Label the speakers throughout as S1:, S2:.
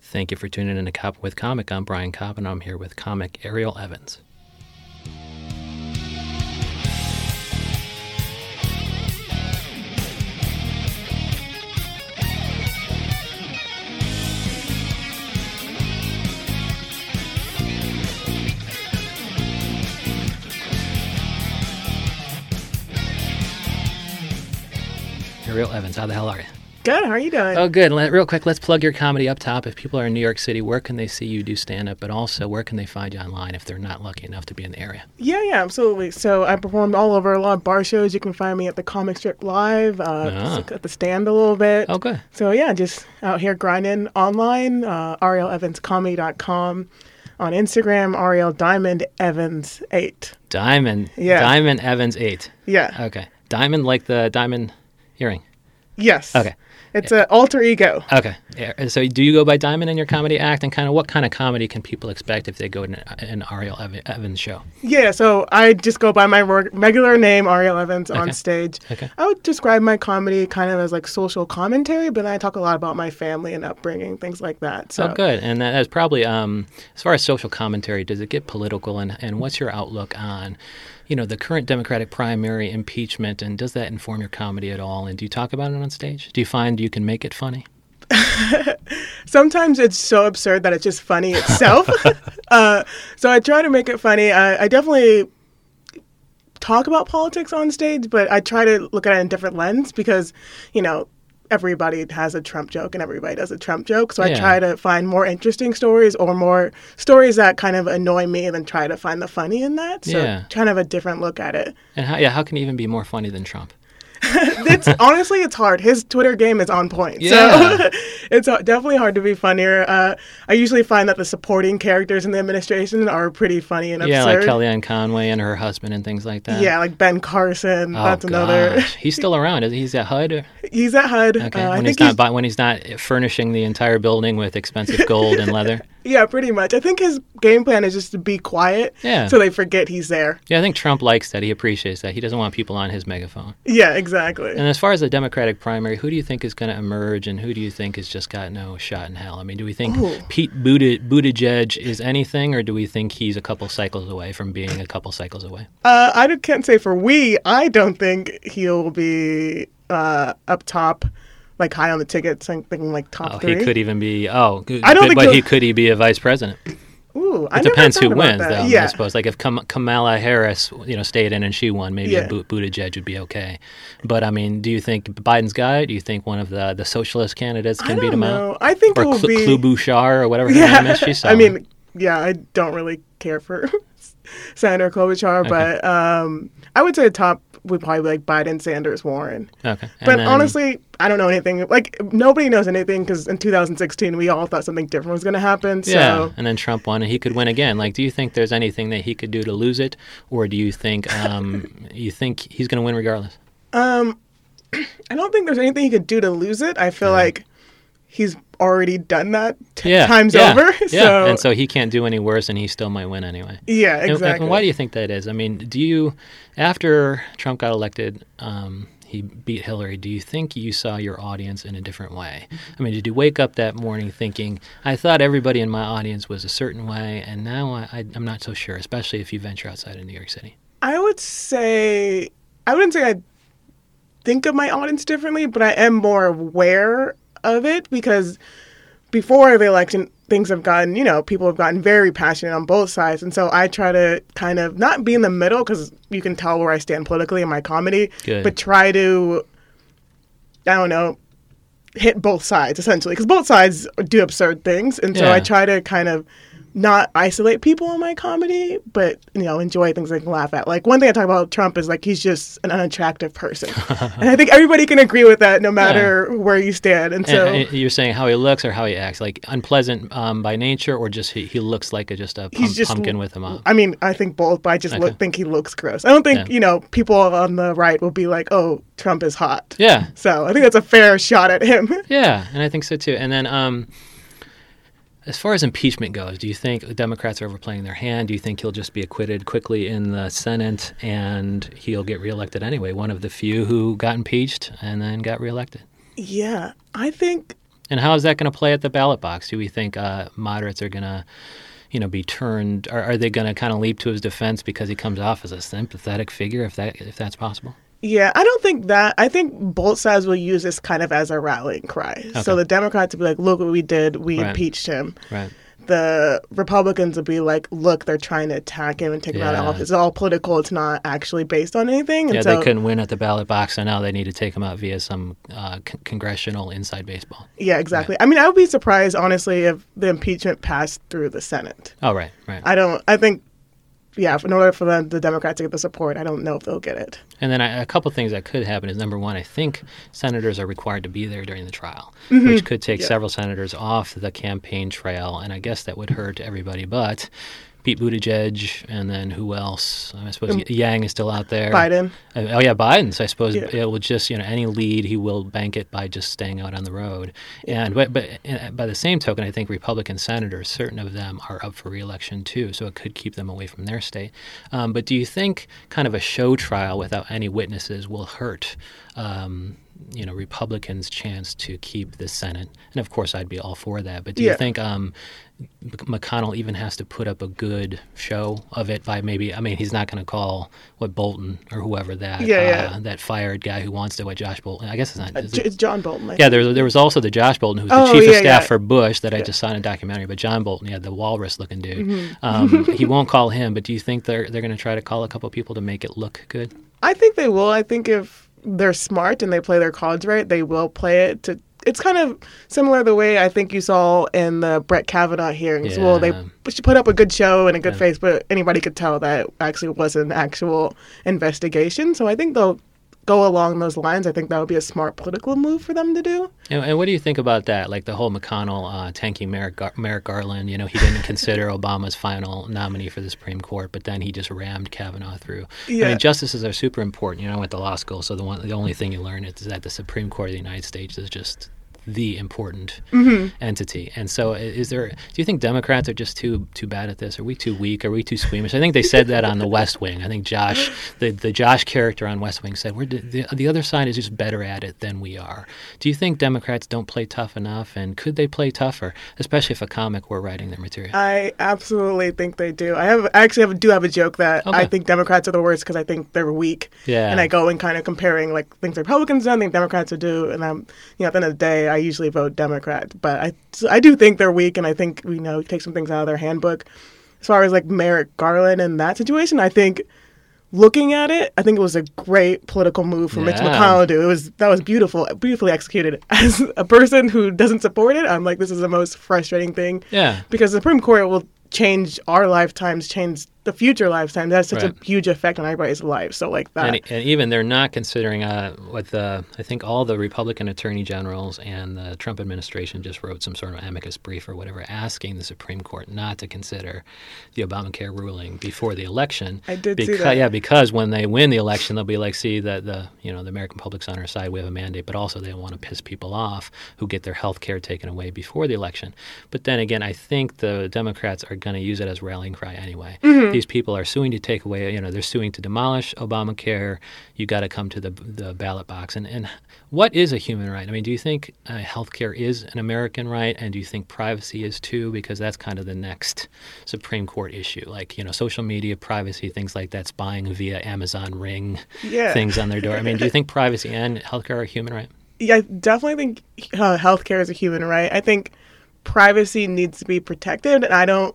S1: Thank you for tuning in to Cop with Comic. I'm Brian Cobb, and I'm here with comic Ariel Evans. Ariel Evans, how the hell are you?
S2: Good. How are you doing?
S1: Oh, good. Let, real quick, let's plug your comedy up top. If people are in New York City, where can they see you do stand up? But also, where can they find you online if they're not lucky enough to be in the area?
S2: Yeah, yeah, absolutely. So I performed all over a lot of bar shows. You can find me at the Comic Strip Live, uh,
S1: Ah.
S2: at the stand a little bit.
S1: Oh, good.
S2: So yeah, just out here grinding online. Uh, RLEvansComedy.com on Instagram. Ariel Diamond Evans Eight.
S1: Diamond.
S2: Yeah.
S1: Diamond Evans 8.
S2: Yeah.
S1: Okay. Diamond, like the diamond earring.
S2: yes.
S1: Okay.
S2: It's an alter ego.
S1: Okay. Yeah, So, do you go by Diamond in your comedy act? And kind of what kind of comedy can people expect if they go to an, an Ariel Ev- Evans show?
S2: Yeah, so I just go by my reg- regular name, Ariel Evans, on
S1: Okay.
S2: stage.
S1: Okay.
S2: I would describe my comedy kind of as like social commentary, but I talk a lot about my family and upbringing, things like that. So
S1: Oh, good. And that is probably, um, as far as social commentary, does it get political? And, and what's your outlook on, you know, the current Democratic primary impeachment? And does that inform your comedy at all? And do you talk about it on stage? Do you find you can make it funny?
S2: sometimes it's so absurd that it's just funny itself. uh, so I try to make it funny. I, I definitely talk about politics on stage, but I try to look at it in a different lens because, you know, everybody has a Trump joke and everybody does a Trump joke. So
S1: Yeah.
S2: I try to find more interesting stories or more stories that kind of annoy me and then try to find the funny in that. So
S1: Yeah.
S2: kind of a different look at it.
S1: And how, yeah, how can it even be more funny than Trump?
S2: It's honestly, it's hard. His Twitter game is on point.
S1: Yeah.
S2: So it's uh, definitely hard to be funnier. Uh, I usually find that the supporting characters in the administration are pretty funny and absurd.
S1: Yeah, like Kellyanne Conway and her husband and things like that.
S2: Yeah, like Ben Carson.
S1: Oh,
S2: that's another.
S1: gosh. He's still around. Is he? He's at HUD. or-
S2: He's at HUD.
S1: Okay.
S2: Uh, I
S1: when
S2: think
S1: he's not bu- when he's not furnishing the entire building with expensive gold and leather.
S2: yeah, pretty much. I think his game plan is just to be quiet.
S1: Yeah.
S2: So they forget he's there.
S1: Yeah, I think Trump likes that. He appreciates that. He doesn't want people on his megaphone.
S2: Yeah, exactly.
S1: And as far as the Democratic primary, who do you think is going to emerge, and who do you think has just got no shot in hell? I mean, do we think
S2: Ooh.
S1: Pete Buttig- Buttigieg is anything, or do we think he's a couple cycles away from being a couple cycles away?
S2: Uh, I don't- can't say for we. I don't think he'll be uh, up top, like high on the ticket, something like top
S1: Oh,
S2: three.
S1: he could even be. Oh, good,
S2: I don't
S1: good,
S2: think
S1: but
S2: he'll-
S1: he could he be a vice president?
S2: Ooh, I
S1: It
S2: never
S1: depends who
S2: thought about
S1: wins,
S2: that.
S1: though.
S2: Yeah.
S1: I suppose, like if Kam- Kamala Harris, you know, stayed in and she won, maybe
S2: Yeah.
S1: a Bu- Buttigieg would be okay. But I mean, do you think Biden's got it? Do you think one of the the socialist candidates
S2: I
S1: can beat
S2: don't
S1: him
S2: know.
S1: out?
S2: I think
S1: Or
S2: it will
S1: Cl-
S2: be.
S1: Clou Bouchard or whatever her name is. She's
S2: I
S1: solid.
S2: mean, yeah, I don't really care for Senator Klobuchar, but um, I would say top would probably be like Biden, Sanders, Warren.
S1: okay. And
S2: But
S1: then-
S2: honestly, I don't know anything. Like nobody knows anything because in 2016 we all thought something different was going to happen. So
S1: Yeah, and then Trump won, and he could win again. Like, do you think there's anything that he could do to lose it, or do you think um, you think he's going to win regardless?
S2: I don't think there's anything he could do to lose it. I feel like he's already done that t-
S1: Yeah,
S2: times
S1: yeah,
S2: over.
S1: Yeah,
S2: So,
S1: and so he can't do any worse, and he still might win anyway.
S2: yeah,
S1: And-
S2: exactly.
S1: And, why do you think that is? I mean, do you, after Trump got elected, um, he beat Hillary, do you think you saw your audience in a different way? I mean, did you wake up that morning thinking, I thought everybody in my audience was a certain way, and now I, I, I'm not so sure, especially if you venture outside of New York City?
S2: I would say I wouldn't say I think of my audience differently, but I am more aware of it because before the election things have gotten, you know, people have gotten very passionate on both sides. And so I try to kind of not be in the middle cuz you can tell where I stand politically in my comedy,
S1: Good.
S2: but try to I don't know, hit both sides essentially because both sides do absurd things and so
S1: Yeah.
S2: i try to kind of not isolate people in my comedy but you know enjoy things i can laugh at like one thing i talk about trump is like he's just an unattractive person and i think everybody can agree with that no matter where you stand and so
S1: and, and you're saying how he looks or how he acts, like unpleasant um, by nature, or just he, he looks like a, just a pump,
S2: He's just-
S1: pumpkin with a mop?
S2: I mean, I think both, but I just look,
S1: Okay.
S2: think he looks gross. I don't think,
S1: Yeah.
S2: you know, people on the right will be like, oh, Trump is hot.
S1: Yeah,
S2: So I think that's a fair shot at him.
S1: Yeah, and I think so too. And then, um, as far as impeachment goes, do you think Democrats are overplaying their hand? Do you think he'll just be acquitted quickly in the Senate and he'll get reelected anyway? One of the few who got impeached and then got reelected.
S2: Yeah, I think
S1: And how is that going to play at the ballot box? Do we think uh, moderates are going to, you know, be turned? Are, are they going to kind of leap to his defense because he comes off as a sympathetic figure, if that if that's possible?
S2: Yeah, I don't think that. I think both sides will use this kind of as a rallying cry. So the Democrats will be like, look what we did. We
S1: Right.
S2: impeached him.
S1: Right.
S2: The Republicans will be like, look, they're trying to attack him and take him out of
S1: Yeah.
S2: office. It's all political. It's not actually based on anything. And
S1: Yeah,
S2: so,
S1: they couldn't win at the ballot box, so now they need to take him out via some uh, con- congressional inside baseball.
S2: yeah, exactly. I mean, I would be surprised, honestly, if the impeachment passed through the Senate.
S1: Oh, right, right.
S2: I don't, I think, yeah, in order for the, the Democrats to get the support, I don't know if they'll get it.
S1: And then I, a couple things that could happen is number one, I think senators are required to be there during the trial, which could take
S2: Mm-hmm. Yeah.
S1: several senators off the campaign trail, and I guess that would hurt everybody. But Pete Buttigieg, and then who else? I suppose Yang is still out there.
S2: Um, Biden.
S1: Uh, Oh yeah, Biden's. I suppose
S2: Yeah.
S1: it will just you know any lead he will bank it by just staying out on the road. And but but and by the same token, I think Republican senators, certain of them, are up for reelection too, so it could keep them away from their state. Um, but do you think kind of a show trial without any witnesses will hurt? Um, you know, Republicans' chance to keep the Senate, and of course, I'd be all for that. But do
S2: Yeah.
S1: you think um, McConnell even has to put up a good show of it by maybe I mean he's not going to call what Bolton or whoever that
S2: Yeah, yeah.
S1: Uh, that fired guy who wants to what Josh Bolton I guess it's not
S2: Uh,
S1: is
S2: J-
S1: it-
S2: it's John Bolton. I
S1: yeah there there was also the Josh Bolton who was
S2: Oh,
S1: the chief
S2: yeah,
S1: of staff
S2: yeah.
S1: for Bush that I just saw in a documentary but John Bolton yeah the walrus looking dude
S2: Mm-hmm.
S1: um, he won't call him but do you think they're they're going to try to call a couple people to make it look good
S2: I think they will. I think if they're smart and they play their cards right, they will play it to. It's kind of similar the way I think you saw in the Brett Kavanaugh hearings. Well, they
S1: Yeah.
S2: she put up a good show and a good face, but anybody could tell that actually was an actual investigation. So I think they'll go along those lines. I think that would be a smart political move for them to do.
S1: And, and what do you think about that? Like the whole McConnell uh, tanking Merrick, Gar- Merrick Garland. You know, he didn't consider Obama's final nominee for the Supreme Court, but then he just rammed Kavanaugh through. I
S2: Yeah.
S1: mean, justices are super important. You know, I went to law school, so the one, the only thing you learn is that the Supreme Court of the United States is just the important entity. And so, i- is there? Do you think Democrats are just too too bad at this? Are we too weak? Are we too squeamish? I think they said that on The West Wing. I think Josh, the the Josh character on West Wing, said we're d- the the other side is just better at it than we are. Do you think Democrats don't play tough enough? And could they play tougher, especially if a comic were writing their material?
S2: I absolutely think they do. I have I actually have, do have a joke that I
S1: Okay.
S2: think Democrats are the worst because I think they're weak.
S1: Yeah.
S2: And I go and kind of comparing like things Republicans do, and things Democrats would do, and I'm you know at the end of the day I usually vote Democrat, but I so I do think they're weak, and I think you know take some things out of their handbook. As far as like Merrick Garland and that situation, I think looking at it, I think it was a great political move for Mitch
S1: Yeah.
S2: McConnell to do. It was that was beautiful, beautifully executed. As a person who doesn't support it, I'm like this is the most frustrating thing
S1: yeah.
S2: because the Supreme Court will change our lifetimes, change the future lifetimes. That's such
S1: Right.
S2: a huge effect on everybody's life. So like that,
S1: And, and even they're not considering uh, what the I think all the Republican attorney generals and the Trump administration just wrote some sort of amicus brief or whatever, asking the Supreme Court not to consider the Obamacare ruling before the election.
S2: I did see
S1: because,
S2: that.
S1: Yeah, because when they win the election, they'll be like, "See that the you know the American public's on our side. We have a mandate." But also, they want to piss people off who get their health care taken away before the election. But then again, I think the Democrats are going to use it as rallying cry anyway.
S2: Mm-hmm.
S1: These people are suing to take away. You know, they're suing to demolish Obamacare. You got to come to the the ballot box. And and what is a human right? I mean, do you think uh, health care is an American right, and do you think privacy is too? Because that's kind of the next Supreme Court issue, like you know, social media privacy, things like that, spying via Amazon Ring
S2: Yeah.
S1: things on their door. I mean, do you think privacy and healthcare are human right?
S2: yeah, I definitely think uh, healthcare is a human right. I think privacy needs to be protected, and I don't,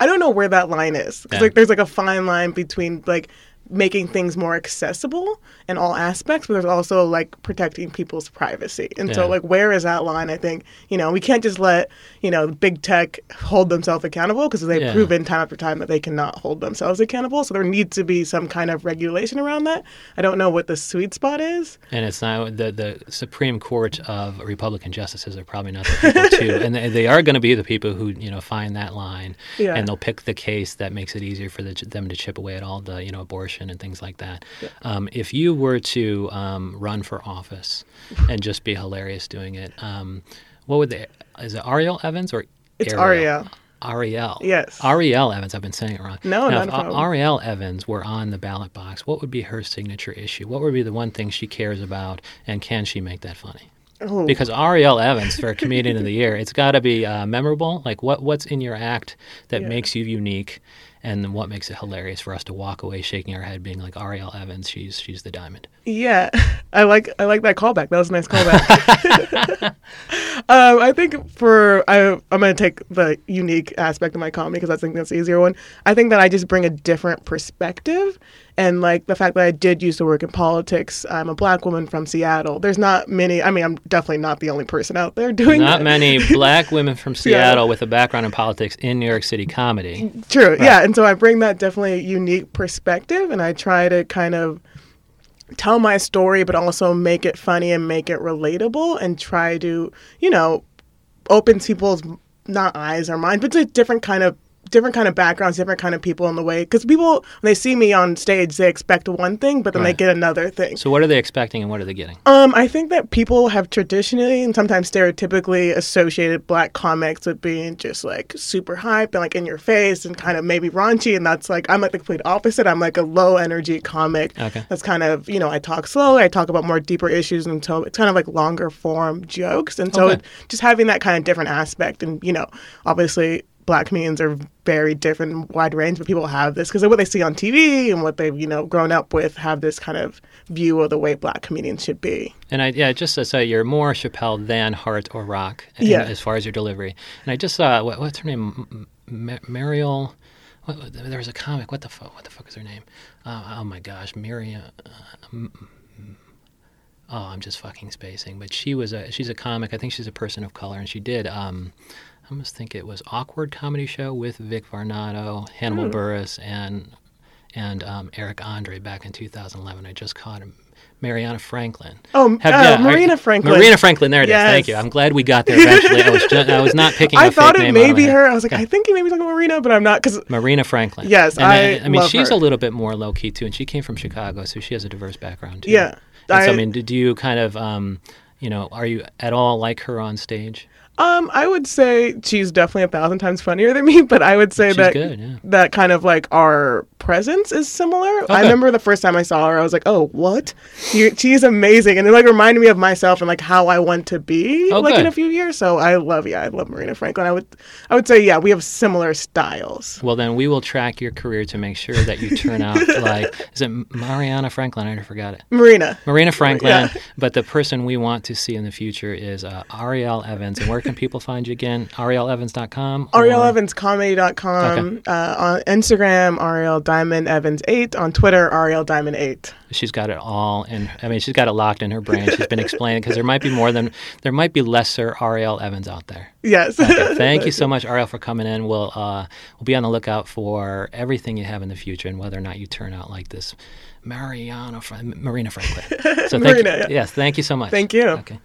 S2: I don't know where that line is. 'Cause,
S1: Yeah.
S2: like there's like a fine line between like making things more accessible in all aspects, but there's also like protecting people's privacy. And so
S1: Yeah.
S2: like where is that line? I think you know we can't just let you know big tech hold themselves accountable because they've
S1: Yeah.
S2: proven time after time that they cannot hold themselves accountable. So there needs to be some kind of regulation around that. I don't know what the sweet spot is.
S1: And it's not the the Supreme Court of Republican justices are probably not the people too, and they, they are going to be the people who you know find that line,
S2: Yeah.
S1: and they'll pick the case that makes it easier for the, them to chip away at all the you know abortion and things like that. Um, if you were to um, run for office and just be hilarious doing it, um, what would the is it Ariel Evans or
S2: It's
S1: Ariel?
S2: Ariel.
S1: Ariel.
S2: Yes.
S1: Ariel Evans. I've been saying it wrong.
S2: No,
S1: now,
S2: not a
S1: if
S2: problem.
S1: Ariel Evans were on the ballot box, what would be her signature issue? What would be the one thing she cares about, and can she make that funny?
S2: Oh.
S1: Because Ariel Evans for Comedian of the Year, it's got to be uh, memorable. Like what what's in your act that
S2: Yeah.
S1: makes you unique, and then what makes it hilarious for us to walk away shaking our head, being like Ariel Evans, she's she's the diamond.
S2: Yeah, I like I like that callback. That was a nice callback. um, I think for I, I'm going to take the unique aspect of my comedy because I think that's the easier one. I think that I just bring a different perspective, and like the fact that I did used to work in politics. I'm a black woman from Seattle. There's not many. I mean, I'm definitely not the only person out there doing
S1: Not
S2: that.
S1: many black women from Seattle with a background in politics in New York City comedy.
S2: True. Yeah. And so I bring that definitely unique perspective and I try to kind of tell my story, but also make it funny and make it relatable and try to, you know, open people's not eyes or minds, but to different kind of different kind of backgrounds, different kind of people in the way. Because people, when they see me on stage, they expect one thing, but then
S1: Right.
S2: they get another thing.
S1: So what are they expecting and what are they getting?
S2: Um, I think that people have traditionally and sometimes stereotypically associated black comics with being just like super hype and like in your face and kind of maybe raunchy. And that's like, I'm like the complete opposite. I'm like a low energy comic.
S1: Okay.
S2: That's kind of, you know, I talk slowly, I talk about more deeper issues. And so it's kind of like longer form jokes. And so
S1: Okay.
S2: it, just having that kind of different aspect. And, you know, obviously black comedians are very different and wide range, but people have this because of what they see on TV and what they've, you know, grown up with have this kind of view of the way black comedians should be.
S1: And I yeah, just to say you're more Chappelle than Hart or Rock in-
S2: Yeah.
S1: as far as your delivery. And I just saw what, what's her name, M- M- Mariel. What, what- there was a comic. What the fuck? What the fuck is her name? Uh, oh my gosh, Miriam. Uh, m- m- oh, I'm just fucking spacing. But she was a she's a comic. I think she's a person of color, and she did. Um, I almost think it was awkward comedy show with Vic Varnado, Hannibal Burris, and and um, Eric Andre back in 2011. I just caught him. Mariana Franklin.
S2: Oh, m- uh,
S1: are-
S2: Marina Franklin.
S1: Marina Franklin. There it is. Thank you.
S2: Yes.
S1: I'm glad we got there eventually. I was ju- I was not picking.
S2: I
S1: a
S2: thought
S1: fake
S2: it
S1: name out
S2: may
S1: of
S2: be
S1: my head.
S2: her. I was like, I think it may be like Marina, but I'm not because
S1: Marina Franklin.
S2: Yes,
S1: And uh,
S2: I
S1: I mean,
S2: love
S1: she's
S2: her.
S1: a little bit more low key too, and she came from Chicago, so she has a diverse background too.
S2: Yeah,
S1: And so, I
S2: I-
S1: mean, do you kind of, um, you know, are you at all like her on stage?
S2: um, I would say she's definitely a thousand times funnier than me. But I would say
S1: She's
S2: that
S1: good, yeah.
S2: that kind of like our presence is similar.
S1: Okay.
S2: I remember the first time I saw her, I was like, oh, what? You, she's amazing, and it like reminded me of myself and like how I want to be
S1: Oh,
S2: like in
S1: good.
S2: a few years. So I love, yeah, I love Marina Franklin. I would, I would say, yeah, we have similar styles.
S1: Well, then we will track your career to make sure that you turn out like is it Mariana Franklin? I already forgot it.
S2: Marina.
S1: Marina Franklin,
S2: Yeah.
S1: but the person we want to see in the future is uh, Ariel Evans. And where can people find you again? ArielEvans.com? or-
S2: Ariel E Evans Comedy.com, uh, on Instagram, Ariel Diamond Evans 8, on Twitter, Ariel Diamond 8.
S1: She's got it all, and I mean, she's got it locked in her brain. She's been explaining because there might be more than there might be lesser Ariel Evans out there.
S2: Yes.
S1: Okay, thank you so much, Ariel, for coming in. We'll uh, we'll be on the lookout for everything you have in the future, and whether or not you turn out like this, Mariana Fra- Marina Franklin. So thank
S2: Marina,
S1: you.
S2: yeah.
S1: Yes, thank you so much.
S2: Thank you.
S1: Okay.